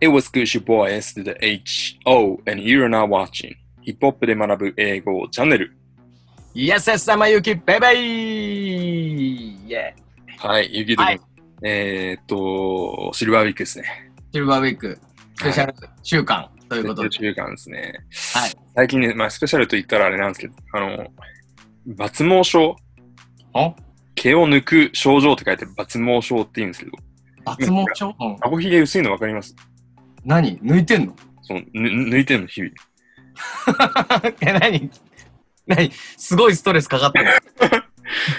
It was good you boys to the H.O. and you're now watching ヒップホップで学ぶ英語チャンネル。イエスエス様ゆきベイベイイェイはい、ゆきとくん。はいえーっと、シルバーウィークですね。シルバーウィーク、スペシャル週間ということで。中間ですね。はい。最近ね、まあ、スペシャルと言ったらあれなんですけど、あの、抜毛症、あ毛を抜く症状って書いて抜毛症って言うんですけど、抜毛症、うん、顎ひげ薄いの分かります何抜いてんのそのぬ抜いてるの日々。 え、何何すごいストレスかかってる。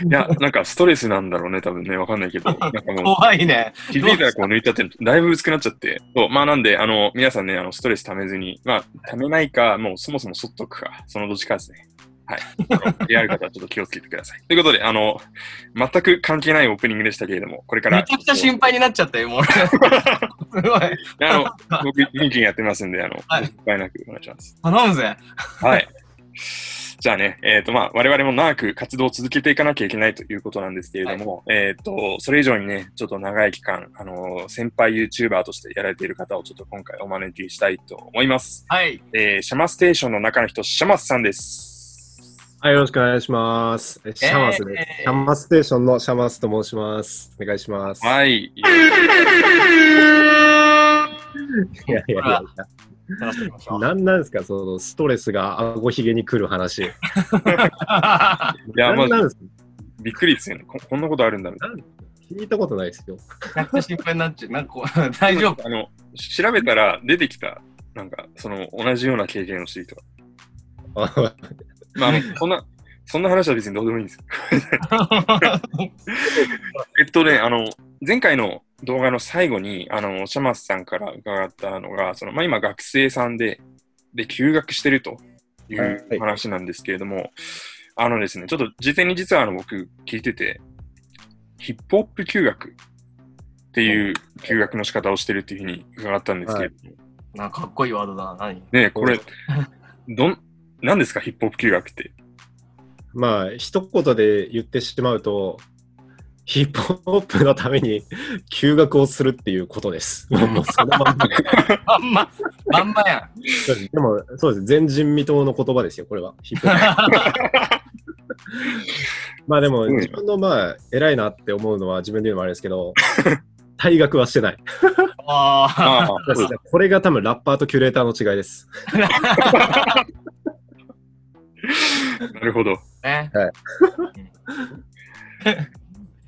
いや、なんかストレスなんだろうね、多分ね、わかんないけど、なんかもう、 怖いね。気づいたらこう抜いちゃって、だいぶ薄くなっちゃって、そう、まあなんで、あの、皆さんね、あの、ストレス溜めずに、まあ、溜めないか、もうそもそもそっとくか、そのどっちかですね。はい。あのやる方はちょっと気をつけてください。ということで、あの、全く関係ないオープニングでしたけれども、これから、めちゃくちゃ心配になっちゃったよ、 もう。すごい。あの、僕、元気にやってますんで、あの、はい心配なくお願いします。頼むぜ。はい。じゃあね、えっ、と、まあ、我々も長く活動を続けていかなきゃいけないということなんですけれども、えっ、と、それ以上にね、ちょっと長い期間、あのー先輩 YouTuber としてやられている方をちょっと今回お招きしたいと思います。はい。えーシャマステーションの中の人、シャマスさんです。はい、よろしくお願いします。えシャマスです。えーシャマスステーションのシャマスと申します。お願いします。いはい。やいやいやい楽しみましょや、うなんなんですか、そのストレスが顎ひげに来る話。いやまあなんなんですか、びっくりですよね。ここんなことあるんだみたい聞いたことないですよ。 めちゃくちゃ心配になっちゃう。なんかこう、 大丈夫。な。あの、調べたら出てきた、なんか、その、同じような経験をしている人が。あまあ、あの、そんな、そんな話は別にどうでもいいんですよ。えっとね、あの、前回の動画の最後に、あの、シャマスさんから伺ったのが、その、まあ、今学生さんで、で、休学してるといはうい話なんですけれども、あのですね、ちょっと事前に実はあの、僕聞いてて、ヒップホップ休学っていう休学の仕方をしてるっていうふうに伺ったんですけど、なんかかっこいいワードだな。何ね、これ、どん、何ですか、ヒップホップ休学って。まあ、一言で言ってしまうと、ヒップホップのために 休学をするっていうことです。もうもうそのまんままんま、まんまやん。でも、そうです。前人未到の言葉ですよ、これは。ヒップホップまあでも、すごいな自分のまあ、偉いなって思うのは自分で言うのもあれです けど、退学はしてない。 あああ、そうですこれが多分ラッパーとキュレーターの違いです。なるほど。あ、 ね。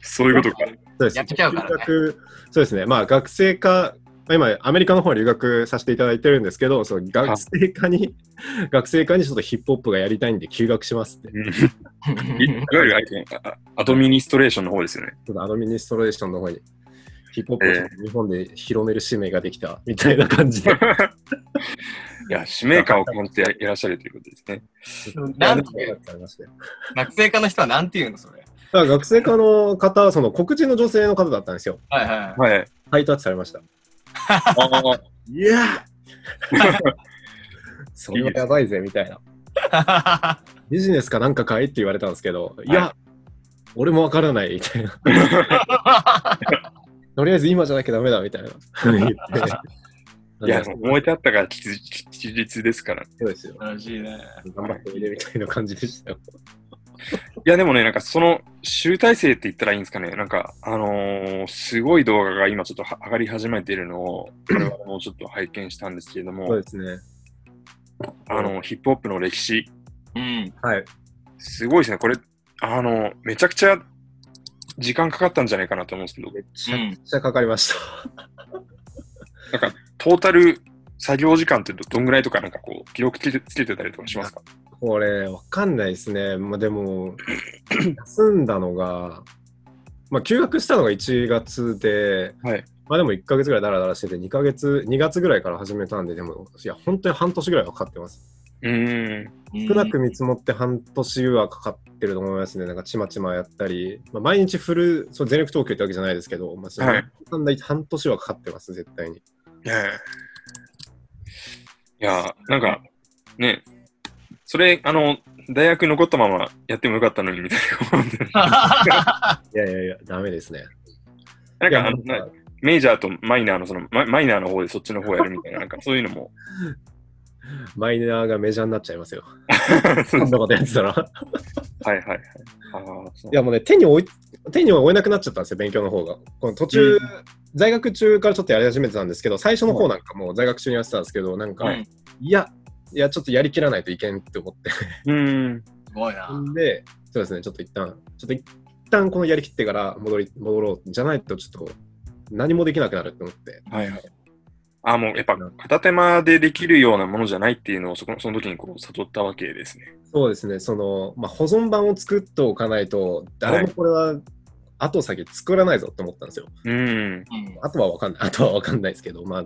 そういうことか。そうですやっちゃうからね留 学そうですね。まあ学生科、まあ今アメリカの方に留学させていただいてるんですけど、その学生科に、学生科にちょっとヒップホップがやりたいんで休学しますって。うんいいわゆるああアドミニストレーションの方ですよね。ちょっとアドミニストレーションの方に。ヒップホップをちょっと日本で広める使命ができたみたいな感じで。いや、使命感を感じていらっしゃるということですね。 なんいやでてもよかったありましたよ学生科の人はなんて言うのそれ。だから学生科の方はその黒人の女性の方だったんですよ。はいははい。ハイタッチされました。ああ、いや それはやばいぜみたいな。い。ビジネスかなんかかいって言われたんですけど、い、や、俺もわからないみたいな。とりあえず今じゃなきゃダメだみ たいな。言っていや、そ燃えてあったから吉日吉日ですから。いうですよ。 楽しいね。頑張っておいでみたいな感じでしたよ。や、でもね、なんかその集大成って言ったらいいんですかね。なんか、あのーすごい動画が今ちょっとは上がり始めているのを、我々もちょっと拝見したんですけれどそうも、ですね。あの、ヒップホップの歴史、うん。はい。すごいですね。これ、あの、めちゃくちゃ時間かかったんじゃないかなと思うんですけど、めちゃくちゃかかりました。トータル作業時間ってどんぐらいとか、なんかこう、記録つけてつけてたりとかしますかこれ、わかんないですね。まあ、でも、休んだのが、まあ、休学したのが1月で、はいまあでも1ヶ月ぐらいだらだらしてて、2ヶ月、2月ぐらいから始めたんで、でも、いや、本当に半年ぐらいはかかってます。うーん。少なく見積もって半年はかかってると思いますね。なんか、ちまちまやったり、まあ、毎日フル、そう全力投球ってわけじゃないですけど、まあ、そのはいなんだ半年はかかってます、絶対に。ねえいや、なんか、ね、それ、あの、大学残ったままやってもよかったのに、みたいな。いやいやいや、ダメですね。なんいか、や なあんのかなメジャーとマイナーのそのマイマイナーの方でそっちの方やるみたいな、なんかそういうの も。マイナーがメジャーになっちゃいますよ。そそうんなことやってたら。はいはいはい。あーそういやもうね、手に負い、手には負えなくなっちゃったんですよ、勉強の方が。この途中、在学中からちょっとやり始めてたんですけど、最初の方なんかもう在学中にやってたんですけど、なんか、はいいや、いや、ちょっとやりきらないといけんって思って。うーん。すごいな。で、そうですね、ちょっと一旦、ちょっと一旦このやりきってから戻り、戻ろう。じゃないと、ちょっと何もできなくなるって思って。はいはい。あーもうやっぱ片手間でできるようなものじゃないっていうのをそこその時にこう悟ったわけですね。そうですね、その、まあ、保存版を作っておかないと、誰もこれは後先作らないぞって思ったんですよ。うーん。うんあとは分かんない、あ とは分かんないですけど、まあ、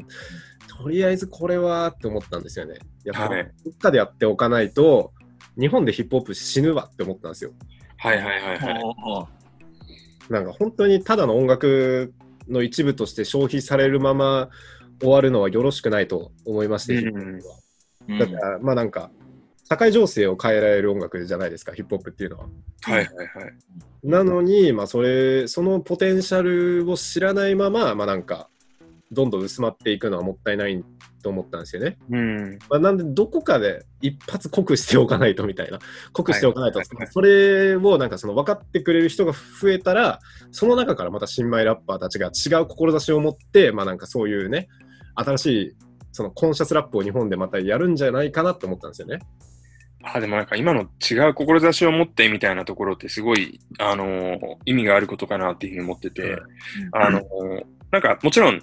とりあえずこれはって思ったんですよね。やっぱ、はいどっかでやっておかないと、日本でヒップホップ死ぬわって思ったんですよ。はいはいはいはい。おうおうおうなんか本当にただの音楽の一部として消費されるまま終わるのはよろしくないと思いましうて、んヒップホップはうんだから、まあなんか、社会情勢を変えられる音楽じゃないですか、ヒップホップっていうのは。はいはいはい。なのに、まあ、それそのポテンシャルを知らないまま、まあ、なんかどんどん薄まっていくのはもったいないと思ったんですよね。うーん。まあ、なんでどこかで一発酷しておかないとみたいな酷しておかないと、はいはいはいそれをなんかその分かってくれる人が増えたらその中からまた新米ラッパーたちが違う志を持って、まあ、なんかそういうね新しいそのコンシャスラップを日本でまたやるんじゃないかなと思ったんですよね。あでもなんか今の違う志を持ってみたいなところってすごい、あのー意味があることかなっていうふうに思ってて、あのーなんかもちろん、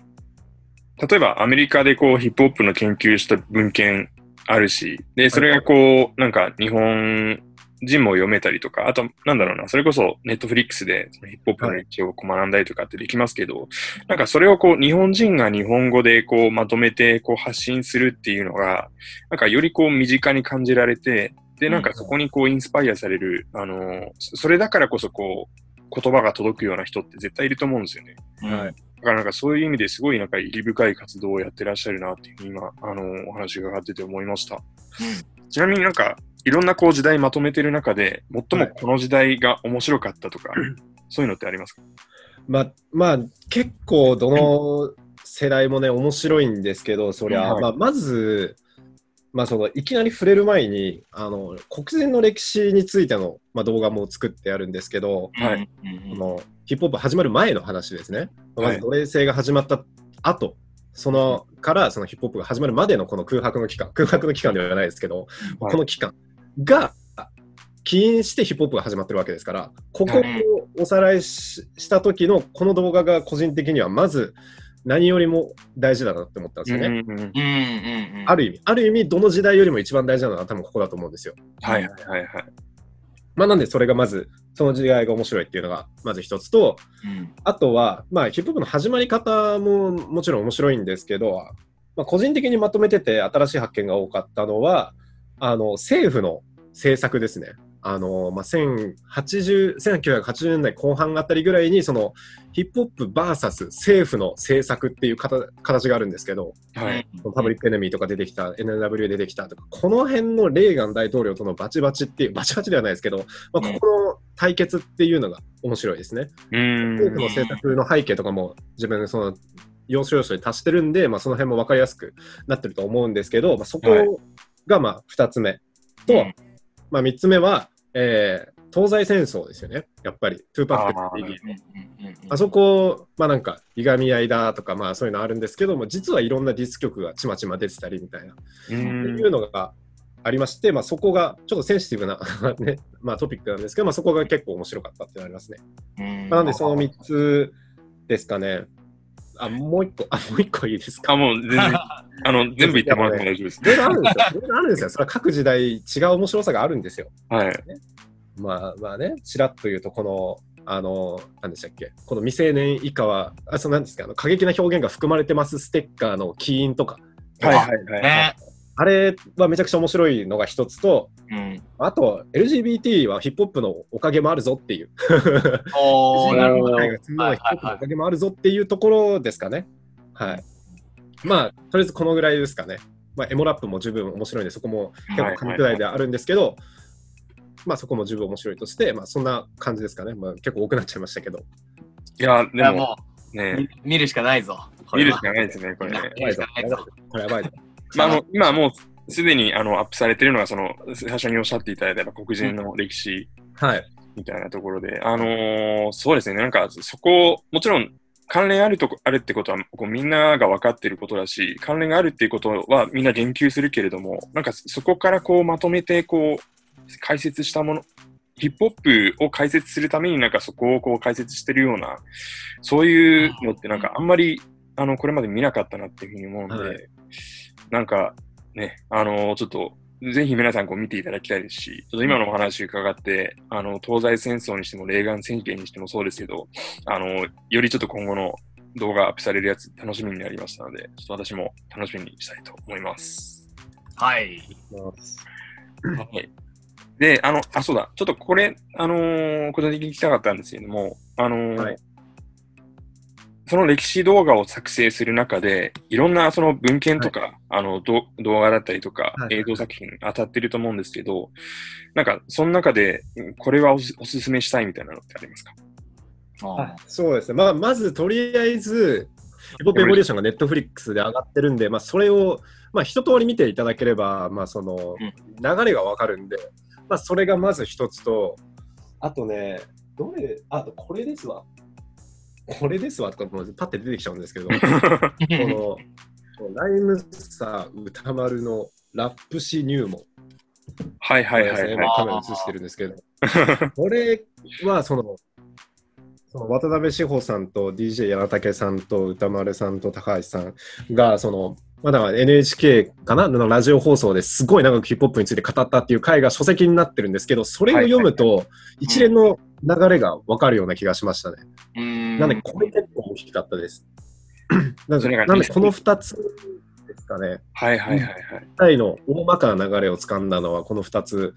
例えばアメリカでこうヒップホップの研究した文献あるし、で、それがこう、なんか日本人も読めたりとか、あとなんだろうな、それこそネットフリックスでそのヒップホップの歴史をこう学んだりとかってできますけど、なんかそれをこう日本人が日本語でこうまとめてこう発信するっていうのが、なんかよりこう身近に感じられて、で、なんかそこにこうインスパイアされる、あのー、そそれだからこそこう言葉が届くような人って絶対いると思うんですよね。うんはいだからなんかそういう意味ですごいなんか意義深い活動をやってらっしゃるなっていうふうに今、あのお話伺ってて思いました。ちなみになんかいろんなこう時代まとめてる中で、最もこの時代が面白かったとか、そういうのってありますかまあ、まあ、結構どの世代もね、面白いんですけど、そりゃ、はいまあ、まず、まあ、そのいきなり触れる前にあの黒人の歴史についての、まあ、動画も作ってあるんですけど、はうんうんあうんのヒップホップ始まる前の話ですね、まあまはいず奴隷制が始まった後、そのからそのヒップホップが始まるまでのこの空白の期間空白の期間ではないですけど、はいこの期間が起因してヒップホップが始まってるわけですからここをおさらいしした時のこの動画が個人的にはまず何よりも大事だなって思ったんですよね。うんうんうんうんうんうんある意味、ある意味、どの時代よりも一番大事なのは多分ここだと思うんですよ。はいはいはいはい。まあ、なんで、それがまず、その時代が面白いっていうのが、まず一つと、うんあとは、まあ、ヒップホップの始まり方ももちろん面白いんですけど、まあ、個人的にまとめてて新しい発見が多かったのはあの政府の政策ですね。あのまあ、1080 1980年代後半あたりぐらいにそのヒップホップ VS 政府の政策っていう形形があるんですけどはい。パブリックエネミーとか出てきた NW 出てきたとかこの辺のレーガン大統領とのバチバチっていうバチバチではないですけど、まあ、ここの対決っていうのが面白いですね。うー政府ん。の政策の背景とかも自分その要所要所に達してるんで、まあ、その辺も分かりやすくなってると思うんですけど、まあ、そはいこがまあ2つ目と、うんまあ、3つ目は、えー東西戦争ですよねやっぱり2パックあーっていううんうんうんうんあそこ、まあなんか、いがみ合いだとか、まあそういうのあるんですけども、実はいろんなディス曲がちまちま出てたりみたいな、うっんていうのがありまして、まあそこが、ちょっとセンシティブな、 ね、まあトピックなんですけど、まあそこが結構面白かったっていうのがありますね。うんまあなんでその3つですかね。あ、もう一個、あ、もう一個いいですか。あ、もう全然、あの、全部言ってもらっても大丈夫ですい。ろいろあるんですよ。いろいろあるんですよ。それは各時代違う面白さがあるんですよ。はい。まあまあね、ちらっと言うと、この、あの、何でしたっけ、この未成年以下は、あ、そうなんですか、あの過激な表現が含まれてますステッカーの起因とか、はいはいはい。ねあれはめちゃくちゃ面白いのが一つと、うんあと、LGBT はヒップホップのおかげもあるぞっていう。おーなるほどはいそんなのはヒップホップのおかげもあるぞっていうところですかね。はい。まあ、とりあえずこのぐらいですかね。まあ、エモラップも十分面白いんで、そこも結構紙くらいではあるんですけど、まあそこも十分面白いとして、まあそんな感じですかね。まあ結構多くなっちゃいましたけど。いや、いでやも、もね見るしかないぞ。こ見れるはしかないですね、これね。見るしかないぞ。これやばいぞ。まあ、あの今もうすでにあのアップされてるのが、その最初におっしゃっていただいたやっぱ黒人の歴史はい。みたいなところで、あのーそうですね、なんかそこ、もちろん関連あるとこあるってことはこうみんなが分かってることだし、関連があるっていうことはみんな言及するけれども、なんかそこからこうまとめてこう解説したもの、ヒップホップを解説するためになんかそこをこう解説してるような、そういうのってなんかあんまり、あの、これまで見なかったなっていうふうに思うので、はいなんかね、あのちょっとぜひ皆さんこう見ていただきたいですし、ちょっと今のお話伺って、あの、東西戦争にしても、レーガン政権にしてもそうですけど、あの、よりちょっと今後の動画アップされるやつ楽しみになりましたので、ちょっと私も楽しみにしたいと思います。はい。はい。で、あの、あ、そうだ、ちょっとこれ、あのー、個人的に聞きたかったんですけれども、あのーはいその歴史動画を作成する中で、いろんなその文献とか、あのど動画だったりとか、はいはい映像作品当たってると思うんですけど、なんか、その中で、うんこれはおすおすすめしたいみたいなのってありますかあそうですね。まあ、まずとりあえず、ヒップホップエボリューションがネットフリックスで上がってるんで、まあ、それを、まあ、一通り見ていただければ、まあ、その、うん流れがわかるんで、まあ、それがまず一つと、あとね、どれ、あ、これですわ。これですわとか、もうパッて出てきちゃう んですけど、この、ライムサー歌丸のラップ詞入門。はいはいはですいねはい。カメラ映してるんです けど、これはその、その渡辺志保さんと DJ 柳武さんと歌丸さんと高橋さんが、その、まだ NHK かなのラジオ放送ですごい長くヒップホップについて語ったっていう回が書籍になってるんですけど、それを読むと一連の流れがわかるような気がしましたね。うんなんで、これ結構大きかった です。なんそれで、がなんでこの2つですかね。はいはいはいはい。回の大まかな流れをつかんだのはこの2つ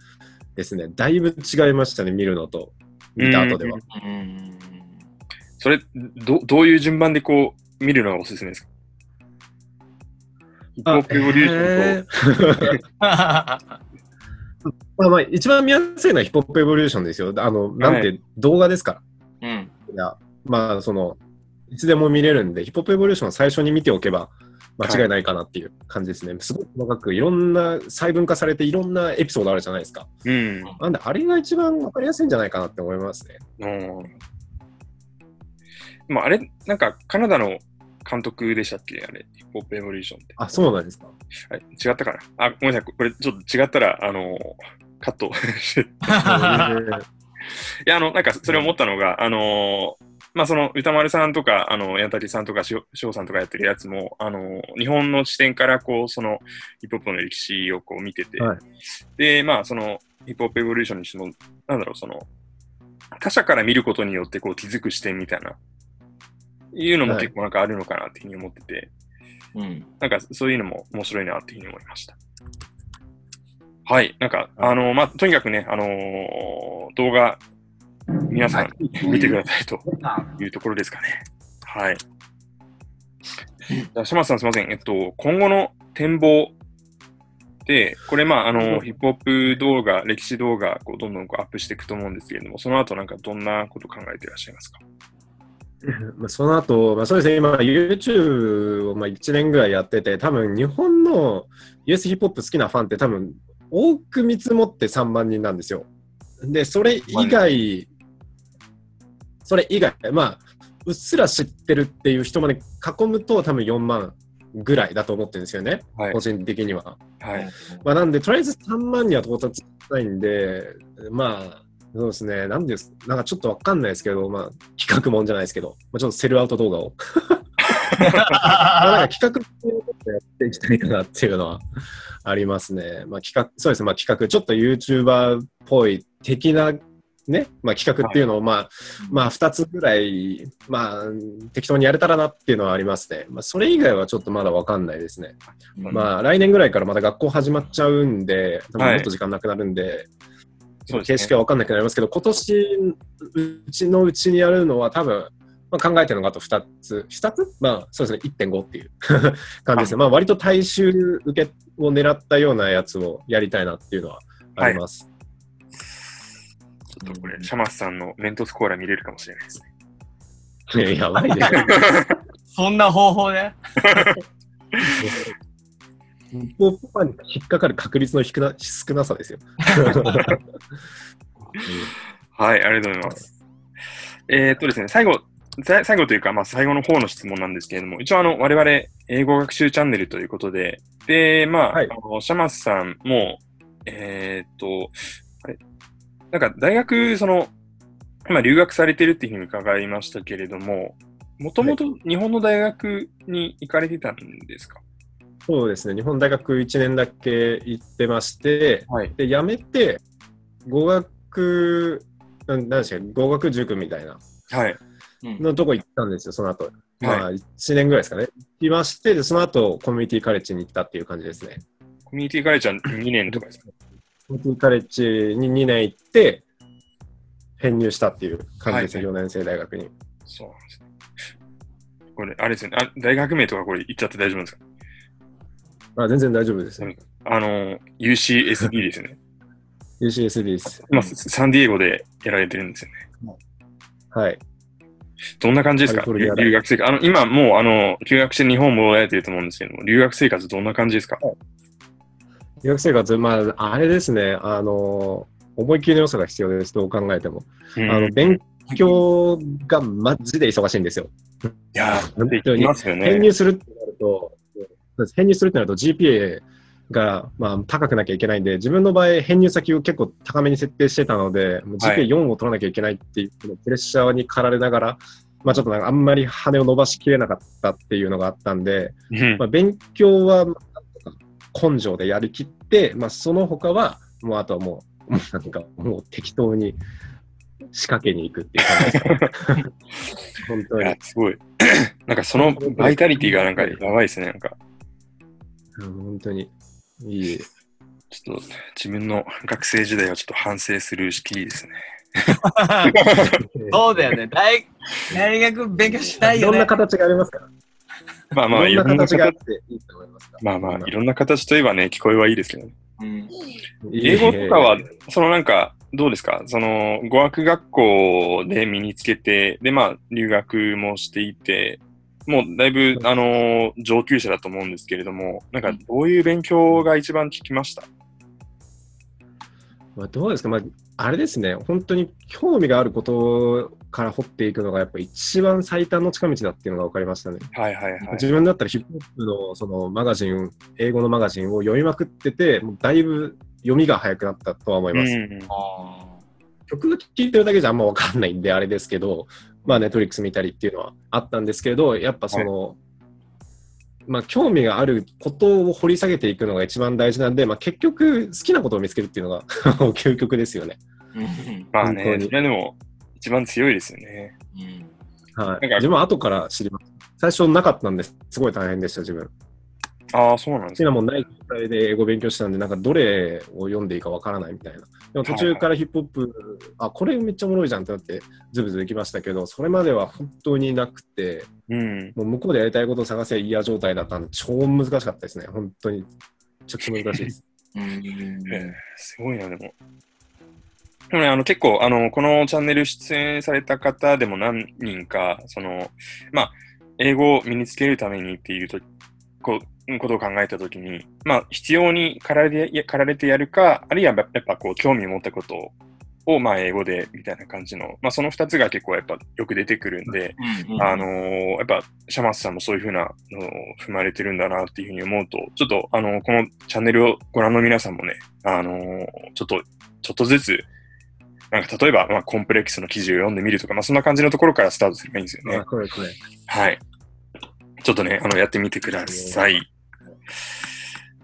ですね。だいぶ違いましたね、見るのと、見た後では。うんそれ、どどういう順番でこう、見るのがおすすめですかヒップホップエボリューションと、まあまあ、一番見やすいのはヒップホップエボリューションですよ。あの、なんて動画ですから。うん。いや、まあ、その、いつでも見れるんで、ヒップホップエボリューションを最初に見ておけば間違いないかなっていう感じですね。すごい細かく、いろんな細分化されて、いろんなエピソードあるじゃないですか。うん。なんで、あれが一番わかりやすいんじゃないかなって思いますね。うん。まあ、あれ、なんか、カナダの監督でしたっけあれ、ヒップホップエボリューションって。あ、そうな んですか。あれ違ったかなあ、ごめんなさい。これ、ちょっと違ったら、あのーカット して。いや、あの、なんか、それ思ったのが、あのーまあ、その、歌丸さんとか、あの、矢谷さんとか、しょうさんとかやってるやつも、あのー日本の視点から、こう、その、ヒップホップの歴史をこう見てて、はいで、まあ、その、ヒップホップエボリューションにしても、なんだろう、その、他者から見ることによってこう気づく視点みたいな、いうのも結構なんかあるのかなっていうふうに思ってて、うん。なんかそういうのも面白いなっていうふうに思いました。はい、なんか、あのまあ、とにかくね、あのー動画、皆さん見てくださいというところですかね。はい。じゃあ、島津さんすみません。えっと、今後の展望で、これ、まあ、あの、ヒップホップ動画、歴史動画、こう、どんどんこうアップしていくと思うんですけれども、その後なんかどんなこと考えていらっしゃいますか まあその後、まあ、そうですね、今、YouTube をまあ1年ぐらいやってて、多分日本の US ヒップホップ好きなファンって、多分多く見積もって3万人なんですよ。で、それ以外、それ以外、まあ、うっすら知ってるっていう人まで囲むと、多分4万ぐらいだと思ってるんですよね、はい個。人的には。はい。まあ、なんで、とりあえず3万には到達しないんで、まあ、そうですね、なんですなんかちょっとわかんないですけど、まあ、企画もんじゃないですけど、まあ、ちょっとセルアウト動画を、まあ、なんか企画もんでやっていきたいかなっていうのはありますね。まあ、企画、そうですね、まあ、企画、ちょっと YouTuber っぽい的な、ね、まあ、企画っていうのを、まあ、まあ、2つぐらい、まあ、適当にやれたらなっていうのはありますね。まあ、それ以外はちょっとまだわかんないですね。まあ、来年ぐらいからまた学校始まっちゃうんで、多分もっと時間なくなるんで、そうで形す式ね。は分かんなくなりますけど、今年うちのうちにやるのは、多分まあ考えてるのがあと2つ、2つまあ、そうですね、1.5っていう 感じですね。まあ、割と大衆受けを狙ったようなやつをやりたいなっていうのはあります。ちょっとこれ、シャマスさんのメントスコーラ見れるかもしれないですね。ね やばいね。そんな方法でもうパパに引っかかる確率の低な少なさで すよ。はい、ありがとうございます。えーっとですね、最後、さ最後というか、まあ、最後の方の質問なんですけれども、一応、あの、我々、英語学習チャンネルということで、で、まあ、はいあのシャマスさんも、えーっと、あれ、なんか、大学、その、今、留学されてるっていうふうに伺いましたけれども、もともと日本の大学に行かれてたんですかそうですね、日本大学1年だけ行ってまして、はい。で辞めて、語学、なんなんでしたっけ、語学塾みたいなはい。うん。のとこ行ったんですよ、その後まはい。あ、1年ぐらいですかね。行きまして、でその後、コミュニティカレッジに行ったっていう感じですね。コミュニティカレッジは2年とかですかコミュニティカレッジに2年行って、編入したっていう感じですね、はい4年生大学に。そうなんですね。これ、あれですよね。あ大学名とかこれ言っちゃって大丈夫なんですかあ全然大丈夫ですう。んあの、UCSD ですよね。 UCSB です。今、サンディエゴでやられてるんですよね。はい。どんな感じですかカリフォルニア大留学生活。あの、今もう、あの、留学して日本戻られてると思うんですけども、留学生活どんな感じですか留学生活、まあ、あれですね、あの、思い切りの良さが必要です、どう考えても。うんあの、い勉強がマジで忙しいんですよ。や本ー、当いにますよ編ね。入するってなると、そうです編入するってなると GPA がまあ高くなきゃいけないんで、自分の場合、編入先を結構高めに設定してたので、もうはい GPA4 を取らなきゃいけないっていうこのプレッシャーに駆られながら、まあ、ちょっとなんかあんまり羽を伸ばしきれなかったっていうのがあったんで、うんまあ、勉強はまあなんとか根性でやりきって、まあ、その他は、もうあとはもう、もうなんかもう適当に仕掛けに行くっていう感じです か。本当いにや。すごい。 なんかそのバイタリティがなんかやばいですね。なんか、うん本当に。いい。ちょっと自分の学生時代はちょっと反省する式ですね。 そうだよね。大大学勉強しないいろよんねな。形がありますから。まあまあ、いいろろんんなな形形があっていいと思いますから。まあまあ、いろんな形といえばね、聞こえはいいですけどね。うん英語とかは、そのなんか、どうですかその、語学学校で身につけて、で、まあ、留学もしていて、もうだいぶ、あのー上級者だと思うんですけれども、なんか、どういう勉強が一番効きましたまあ、どうですか、まあ、あれですね、本当に興味があることから掘っていくのが、やっぱ一番最短の近道だっていうのが分かりましたね。はいはいはい。自分だったらヒップホップのそのマガジン、英語のマガジンを読みまくってて、もうだいぶ読みが早くなったとは思います。うんあ曲が聴いてるだけじゃあんま分かんないんで、あれですけど、まあ、ネットフリックス見たりっていうのはあったんですけど、やっぱその、まあ、興味があることを掘り下げていくのが一番大事なんで、まあ、結局、好きなことを見つけるっていうのが 究極ですよね。ーうんまあ本ね、当にそれでも、一番強いですよね。うんは、ないんか自分は後から知ります。最初なかったんです。すごい大変でした、自分。ああ、そうなんです好きね。なもんない状態で英語勉強してたんで、なんかどれを読んでいいかわからないみたいな。でも途中からヒップホップ、あ、これめっちゃおもろいじゃんってなって、ズブズブきましたけど、それまでは本当になくて、うん。もう向こうでやりたいことを探せ嫌状態だったんで、超難しかったですね。本当に。ちょっと難しいです。うんすごいな、でも。でもね、あの結構あの、このチャンネル出演された方でも何人か、その、まあ、英語を身につけるためにっていうとこことを考えたときに、まあ、必要に駆られてや駆られてやるか、あるいはやっぱやっぱこう、興味を持ったことを、まあ、英語でみたいな感じの、まあ、その2つが結構やっぱよく出てくるんで、うんあのーやっぱ、シャマスさんもそういうふうなのを踏まれてるんだなっていうふうに思うと、ちょっと、あのーこのチャンネルをご覧の皆さんもね、あのーちょっと、ちょっとずつ、なんか例えば、まあ、コンプレックスの記事を読んでみるとか、まあ、そんな感じのところからスタートすればいいんですよ ね。あそうですね。はい。ちょっとね、あの、やってみてください。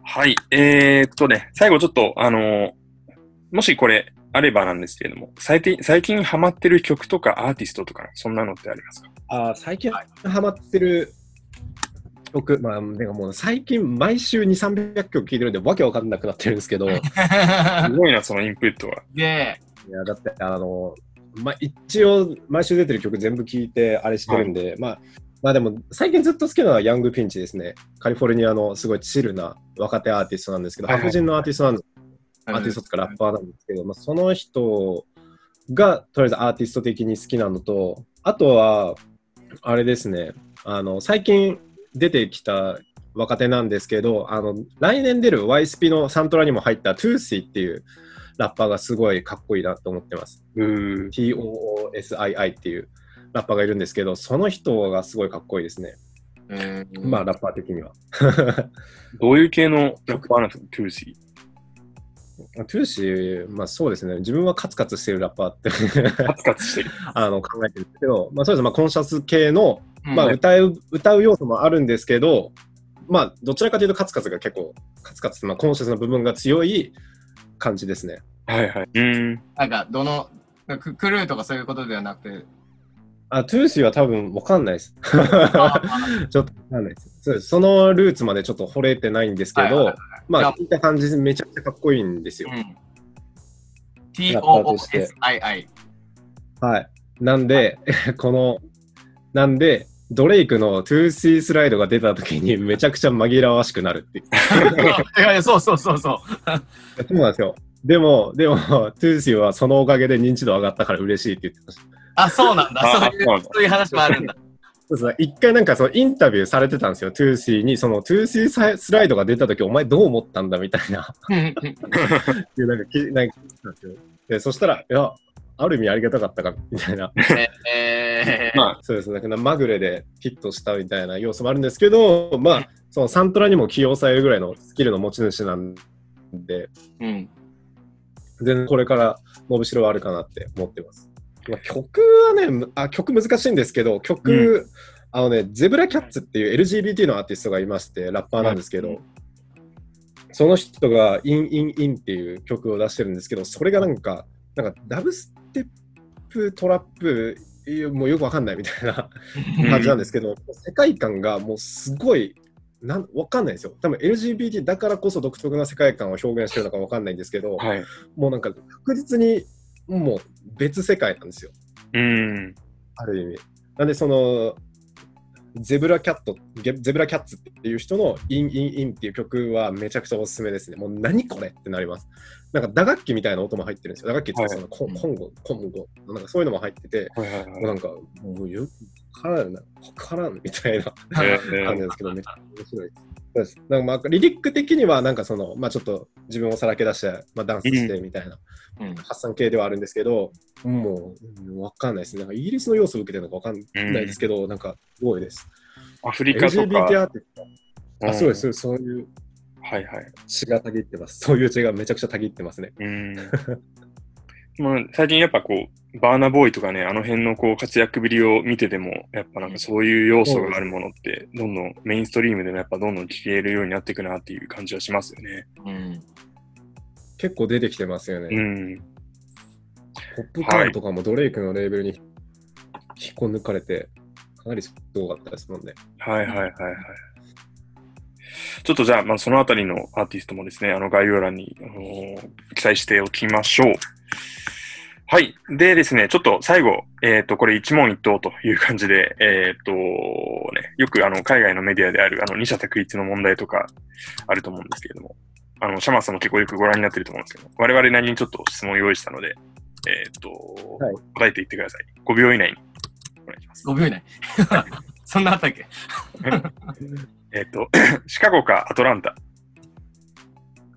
はい。えー、っとね、最後ちょっと、あのーもしこれ、あればなんですけれども、最近、最近ハマってる曲とかアーティストとか、そんなのってありますかあ最近ハマってる曲、まあ、なんかもう最近毎週2、300曲聴いてるんで、わけわかんなくなってるんですけど、いすごいな、そのインプットは。 で、やだって、あの、まあ、一応、毎週出てる曲全部聴いて、あれしてるんで、まあ、まあでも、最近ずっと好きなのはヤングピンチですね。カリフォルニアのすごいチルな若手アーティストなんですけど、はいはい白人のアーティストなんですアアーティストとかラッパーなんですけど、まあ、その人がとりあえずアーティスト的に好きなのと、あとは、あれですね、あの、最近出てきた若手なんですけど、あの、来年出る YSP のサントラにも入ったトゥーシーっていうラッパーがすごいかっこいいなと思ってます。うー TOOSII っていうラッパーがいるんですけど、その人がすごいかっこいいですね。まあ、ラッパー的には。 どういう系のラッパーなんですか、トゥーシトゥーシー、まあそうですね、自分はカツカツしてるラッパーってー。カツカツしてる。あの考えてるんですけど、まあそうですね、まあコンシャス系のまあ、うん歌う歌う要素もあるんですけど、まあ、どちらかというとカツカツが結構カツカツってまあコンシャスな部分が強い感じですね。はいはい。うーん。なんか、どの、ククルーとかそういうことではな くて、あトゥーシーは多分わかんないです。あちょっとわかんないですそうです。そのルーツまでちょっと惚れてないんですけど、はいはいはいまじゃああ聞いた感じめちゃくちゃかっこいいんですよ。うんラッパーとして TOOSII。はい。なんで、 この、なんで、ドレイクのトゥーシースライドが出た時にめちゃくちゃ紛らわしくなるっていう。いやいやそうそうそうそう。そうなんですよ。でも、でも、トゥーシーはそのおかげで認知度上がったから嬉しいって言ってました。あ、そうなんだ。あそういそうなうだんそういう話もある んだ。そうですね一回なんかそのインタビューされてたんですよ、トゥーシーに、そのトゥーシースライドが出たとき、お前どう思ったんだみたいな、いうなんかきなんか聞いてたんですよ。で、そしたら、いや、ある意味ありがたかったかみたいな、えーまそうですね、なんかまぐれでヒットしたみたいな要素もあるんですけど、まあ、そのサントラにも起用されるぐらいのスキルの持ち主なんで、うん全然これから伸びしろはあるかなって思ってます。まあ、曲はねむあ、曲難しいんですけど、曲、うあのね、ゼブラキャッツっていう LGBT のアーティストがいまして、ラッパーなんですけど、うんその人がインインインっていう曲を出してるんですけど、それがなんか、なんかダブステップ、トラップ、いやもうよくわかんないみたいな感じなんですけど、世界観がもうすごい、なんわかんないですよ。多分 LGBT だからこそ独特な世界観を表現してるのかわかんないんですけど、あ、はい。うもうなんか確実にもう別世界なんですよ、ーん。ある意味。なんでそのゼブラキャット、ゲゼブラキャッツっていう人のインインインっていう曲はめちゃくちゃおすすめですね。もう何これってなります。なんか打楽器みたいな音も入ってるんですよ。打楽器っていうかそのコンコンゴ、コンゴ、なんかそういうのも入ってて、はいはいもは。うないんかもうよくわからんな、わからんみたいな。え感じーなんですけど、めっちゃ面白いです。そうですなんかまあリリック的には、なんかその、まあ、ちょっと自分をさらけ出して、まあ、ダンスしてみたいうな、ん発散系ではあるんですけど、もう、わかんないですね。なんかイギリスの要素を受けてるのかわかんないですけど、なんか、すごいです。アフリカと LGBT か。アーティスト、あそうです、そういううん。はいはい。血がたぎってます。そういう血がめちゃくちゃたぎってますね。うーんまあ、最近やっぱこう、バーナボーイとかね、あの辺のこう活躍ぶりを見てても、やっぱなんかそういう要素があるものって、どんどんメインストリームでもやっぱどんどん聞けるようになっていくなっていう感じはしますよね。うん結構出てきてますよね。うん。ポップカーンとかもドレイクのレーベルに引っこ抜かれて、かなりすごかったですもんね。はいはいはいはい。ちょっとじゃあ、まあ、そのあたりのアーティストもですね、あの概要欄に、あのー記載しておきましょう。はい。でですね、ちょっと最後、えっ、と、これ一問一答という感じで、えっ、と、ね、よくあの、海外のメディアである、あの、二者択一の問題とかあると思うんですけれども、あの、シャマーさんも結構よくご覧になってると思うんですけど、我々なりにちょっと質問を用意したので、えっ、と、はい答えていってください。5秒以内にお願いします。 5秒以内。そんなあったっけえっ、と、 シカゴかアトランタ。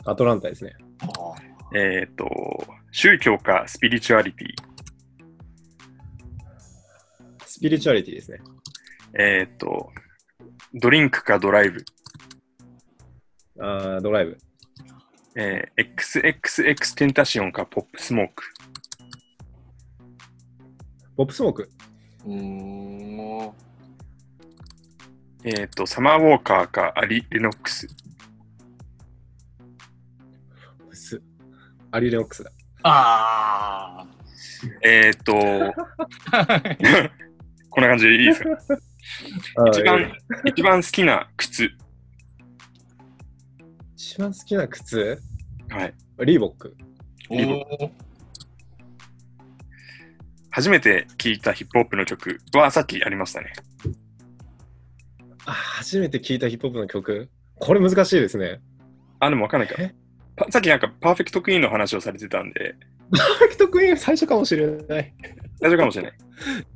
アトランタですね。えっ、と、宗教かスピリチュアリティ、スピリチュアリティですね。えっ、と、ドリンクかドライブ、あードライブ。えー、XXX テンタシオンかポップスモーク、ポップスモーク。うーんえっ、と、サマーウォーカーかアリ・レノックス、すアリレノックスだ。あえっ、と、こんな感じでいいですか 一番、一番好きな靴。一番好きな靴はい。リーボック。ーリボおー初めて聴いたヒップホップの曲はさっきありましたね。あ初めて聞いたヒップホップの曲これ難しいですね。あ、でもわかんないかえ。パさっきなんかパーフェクトクイーンの話をされてたんで、パーフェクトクイーン最初かもしれない。大丈夫かもしれない。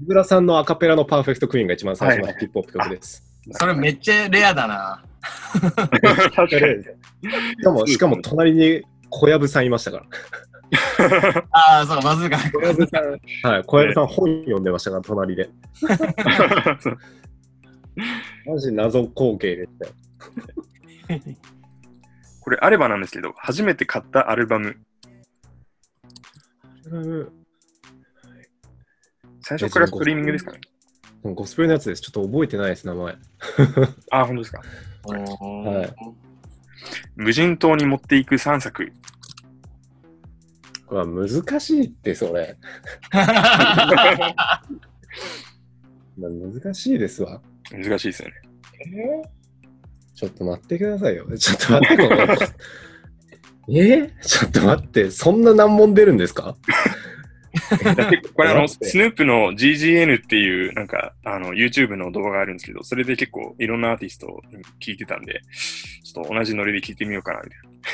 木村さんのアカペラのパーフェクトクイーンが一番最初はのいヒップホップ曲です。それめっちゃレアだな。 確かに。しかも、しかも隣に小籔さんいましたから。ああ、そう、バズーカ。小籔さ ん。はい、小籔さん本読んでましたから、隣で。マジ謎光景でしたよ。これ、あればなんですけど、初めて買ったアルバム、最初からストリーミングですかね。ゴスペルのやつです。ちょっと覚えてないです、名前。あ、本当ですか。ははいい。無人島に持っていく3作。これは難しいって、そ れ。まあ難しいですわ。難しいですよね。ちょっと待ってくださいよ。ちょっと待って、このえちょっと待って、そんな難問出るんですかこれあだの、ってスヌープの GGN っていう、なんか、あの、YouTube の動画があるんですけど、それで結構いろんなアーティストを聞いてたんで、ちょっと同じノリで聞いてみようかな、み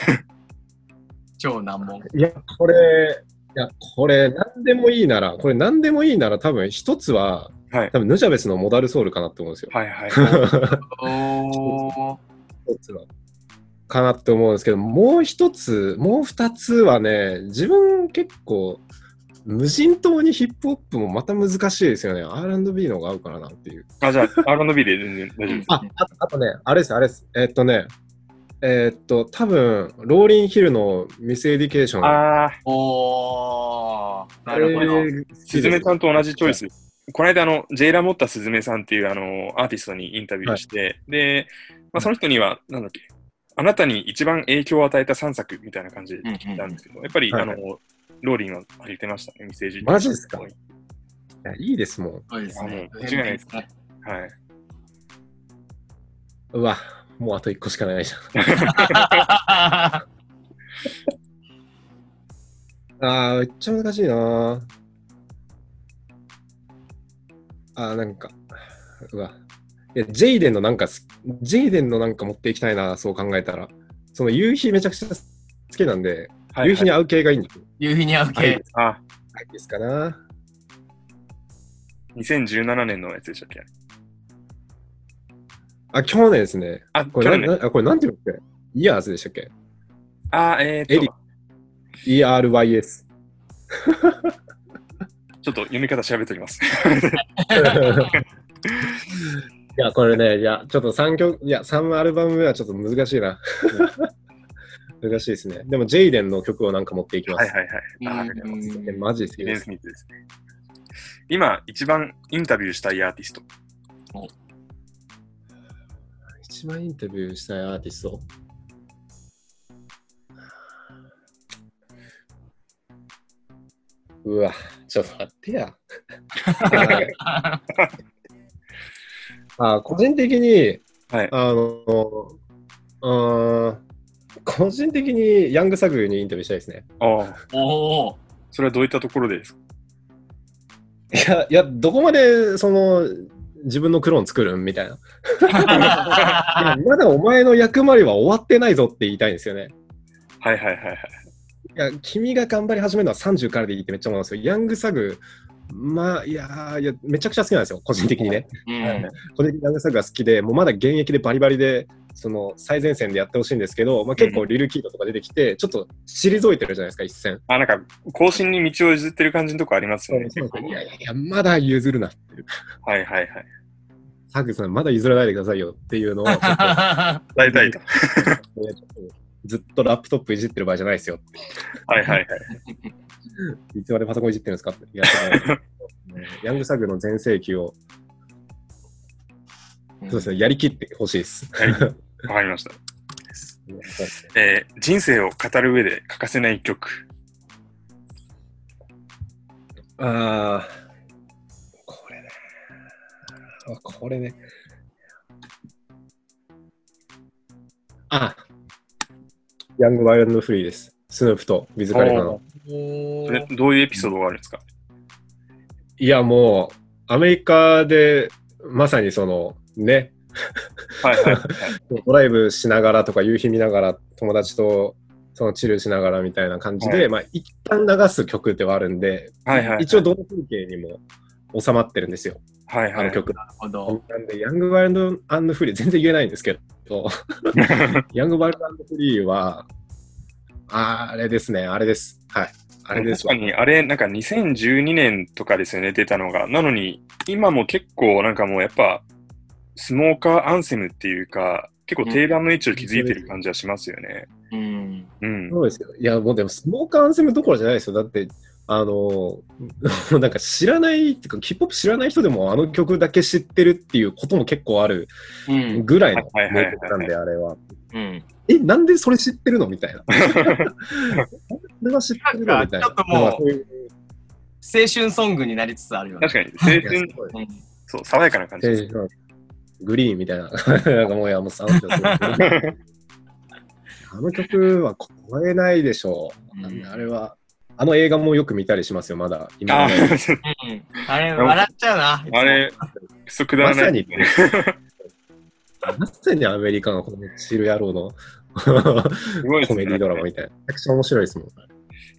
たい超難問。いや、これ、いや、これ、何でもいいなら、これ何でもいいなら、多分一つは、はい多分ヌジャベスのモダルソウルかなって思うんですよ。な。はいはい。おー。一つは。かなって思うんですけど、もう一つ、もう二つはね、自分結構、無人島にヒップホップもまた難しいですよね。R&B の方が合うからなっていう。あ、じゃあ、R&B で全然大丈夫です。あ、あとあとね、あれです、あれです。えーっとね、えーっと、多分ローリンヒルのミスエディケーション。あー、おー。なるほど。すずめさんと同じチョイス。ス。この間、あの、ジェイラ・モッタすずめさんっていう、あの、アーティストにインタビューして、で、まあ、その人には、なんだっけ、あなたに一番影響を与えた3作みたいな感じでうんうん聞いたんですけど、やっぱり、はいあの、ローリンはあげてましたね、メッセージ。マジっすかいやいいですもん。そうですね。あもう間違いないですね。はい。うわ、もうあと一個しかないじゃん。あー、めっちゃ難しいなーあー、なんか、うわ。いや、ジェイデンのなんかす、ジェイデンのなんか持っていきたいな、そう考えたら。その夕日めちゃくちゃ好きなんで、はい夕日に合う系がいいんですよ。夕日に合うはい系。あ、はい、ですかな。 2017年のやつでしたっけあ、去年ですね。あ、こ去れ、年なの。なあこれなんて言うんだっけイヤーズでしたっけあ、えエー、っリと、 ?ERYS。ちょっと読み方調べておきます。いや、これね、いや、ちょっと3曲、いや、3アルバム目はちょっと難しいな。 難しいですね。でも、ジェイデンの曲をなんか持っていきまはいす。はいはい。あありがとうございますえマジ好きイデでン・す。スミスですね。今、一番インタビューしたいアーティスト。一番インタビューしたいアーティスト。うわ、ちょっと待って や。あ個人的に、はいあの、うーん、個人的にヤングサグにインタビューしたいですね。ああ、おー。それはどういったところでですかいや、いや、どこまで、その、自分のクローン作るんみたいな。 いやまだお前の役割は終わってないぞって言いたいんですよね。はいはいはいはい。いや、君が頑張り始めるのは30からでいいってめっちゃ思うんですよ。ヤングサグ、まあ、いやーいや、めちゃくちゃ好きなんですよ、個人的にね。うん個人的にヤングサグが好きで、もうまだ現役でバリバリで、その最前線でやってほしいんですけど、まあ、結構リルキードとか出てきて、ちょっと退いてるじゃないですか、一線。あ、なんか、更新に道を譲ってる感じのとこありますよね。結構いやいやいや、まだ譲るなっていう。はいはいはい。サグさん、まだ譲らないでくださいよっていうの を、ちょっと大体と。ずっとラップトップいじってる場合じゃないですよ。はいはいはい。いつまでパソコンいじってるんですかって。いや ねヤングサグの全盛期を、そうですね、やりきってほしいです。わかりました。 えー人生を語る上で欠かせない曲。ああ、これね。あこれね。あヤング・ワイルド・フリーです。スヌープとウィズ・カリファの。おそーれ。どういうエピソードがあるんですかいや、もう、アメリカで、まさにその、ね、はいはいはい。ドライブしながらとか夕日見ながら友達とその治療しながらみたいな感じで、はまあ一旦流す曲ではあるんで、はいはい。一応どの風景にも収まってるんですよ、はいはい。あの曲。なるほど。なんで、ヤングワイルドフリー、全然言えないんですけ ど、ヤングワイルドフリーは、あーあれですね、あれです。はい。あれですわ確かに、あれ、なんか2012年とかですよね、出たのが。なのに、今も結構、なんかもうやっぱ、スモーカーアンセムっていうか、結構定番の位置を築いてる感じはしますよね。うん。うん。そうですよ。いや、もうでも、スモーカーアンセムどころじゃないですよ。だって、あの、 なんか知らない、っていうか、ヒップホップ知らない人でもあの曲だけ知ってるっていうことも結構あるうん。ぐらいのはいはいはいは名い曲なんで、あれは。うん。え、なんでそれ知ってるのみたいな。それは知ってるのみたなんかいな。ちょっともうなんかそうい青う春ソングになりつつあるよね。確かに、青春い、やすごいうんそう、爽やかな感じです。でグリーンみたいな。 なんかもう山本さん。あの曲は超えないでしょう。なんであれは。あの映画もよく見たりしますよ、まあだ。今あでもうー、ん。あれ、笑っちゃうな。いつもあれ、くそくだまらなさい。に、まさにアメリカのこのチル野郎のすごいですコねメディドラマみたいな。めちゃくちゃ面白いですもん。ちょ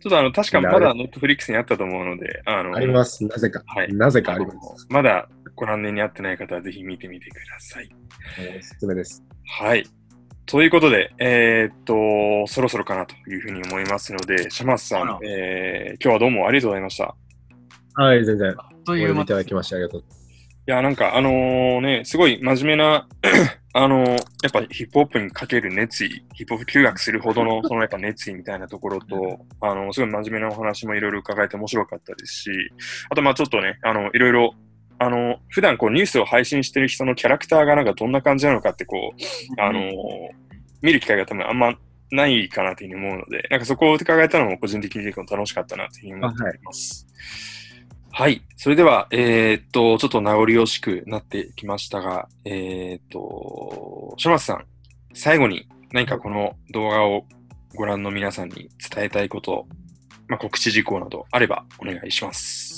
っとあの、確かまだネットフリックスにあったと思うので、あの、あります、なぜか。はいなぜかあります。まだご覧になってない方はぜひ見てみてください。おすすめです。はい。ということで、えーっと、そろそろかなというふうに思いますので、シャマスさあんら、えー今日はどうもありがとうございました。はい、全然。あっとおいう呼び間いただきましてありがとう。いや、なんか、あのーね、すごい真面目な、 あのーやっぱヒップホップにかける熱意、ヒップホップ休学するほどの、そのやっぱ熱意みたいなところと、あのーすごい真面目なお話もいろいろ伺えて面白かったですし、あと、まあちょっとね、あの、いろいろ、あのー普段こうニュースを配信してる人のキャラクターがなんかどんな感じなのかって、こう、あのー見る機会が多分あんまないかなというふうに思うので、なんかそこを伺えたのも個人的に結構楽しかったなというふうに思っております。はい、それでは、えーっと、ちょっと名残惜しくなってきましたが、えーっと、島松さん、最後に何かこの動画をご覧の皆さんに伝えたいこと、まあ、告知事項などあればお願いします。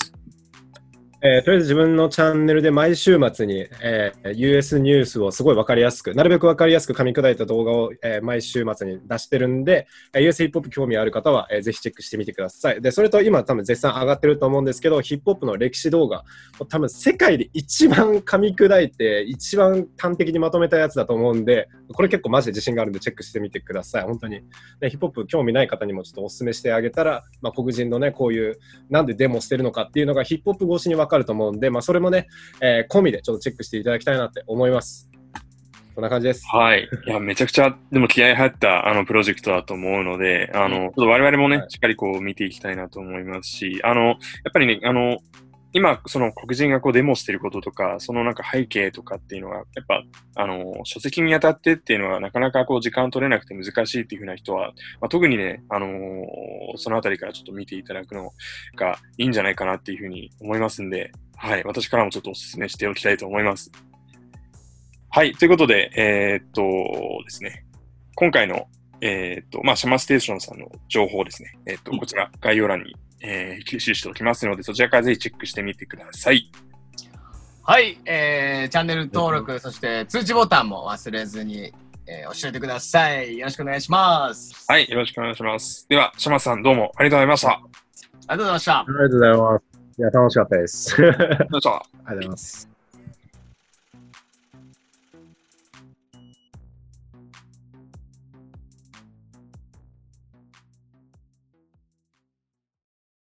えーとりあえず自分のチャンネルで毎週末に、えー US ニュースをすごい分かりやすく、なるべく分かりやすく噛み砕いた動画を、えー毎週末に出してるんで、えー US ヒップホップ興味ある方は、えーぜひチェックしてみてください。で、それと今多分絶賛上がってると思うんですけど、ヒップホップの歴史動画、多分世界で一番噛み砕いて、一番端的にまとめたやつだと思うんで、これ結構マジで自信があるんでチェックしてみてください。本当に。でヒップホップ興味ない方にもちょっとお勧めしてあげたら、まあ、黒人のね、こういうなんでデモしてるのかっていうのがヒップホップ越しに分かると思うんで、まあ、それもね、えー込みでちょっとチェックしていただきたいなって思います。こんな感じです。はい。いや、めちゃくちゃ、でも気合い入った、あの、プロジェクトだと思うので、あの、ちょっと我々もねは、いしっかりこう見ていきたいなと思いますし、あの、やっぱりね、あの、今、その黒人がこうデモしてることとか、そのなんか背景とかっていうのが、やっぱ、あの、書籍にあたってっていうのは、なかなかこう時間取れなくて難しいっていうふうな人は、まあ、特にね、あのそのあたりからちょっと見ていただくのがいいんじゃないかなっていうふうに思いますんで、はい。私からもちょっとお勧めしておきたいと思います。はい。ということで、えーっとですね、今回の、えーっと、まあ、シャマステーションさんの情報ですね、えーっと、こちら概要欄に、えー、吸収しておきますので、そちらからぜひチェックしてみてください。はい、えー、チャンネル登録、そして通知ボタンも忘れずに、えー、教えてください。よろしくお願いします。い。はい。よろしくお願いします。では、シャマスさんどうもありがとうございました。ありありがとうございました。りがとうございます。いや、楽しかったです。ありがとうがとうございました。ございます。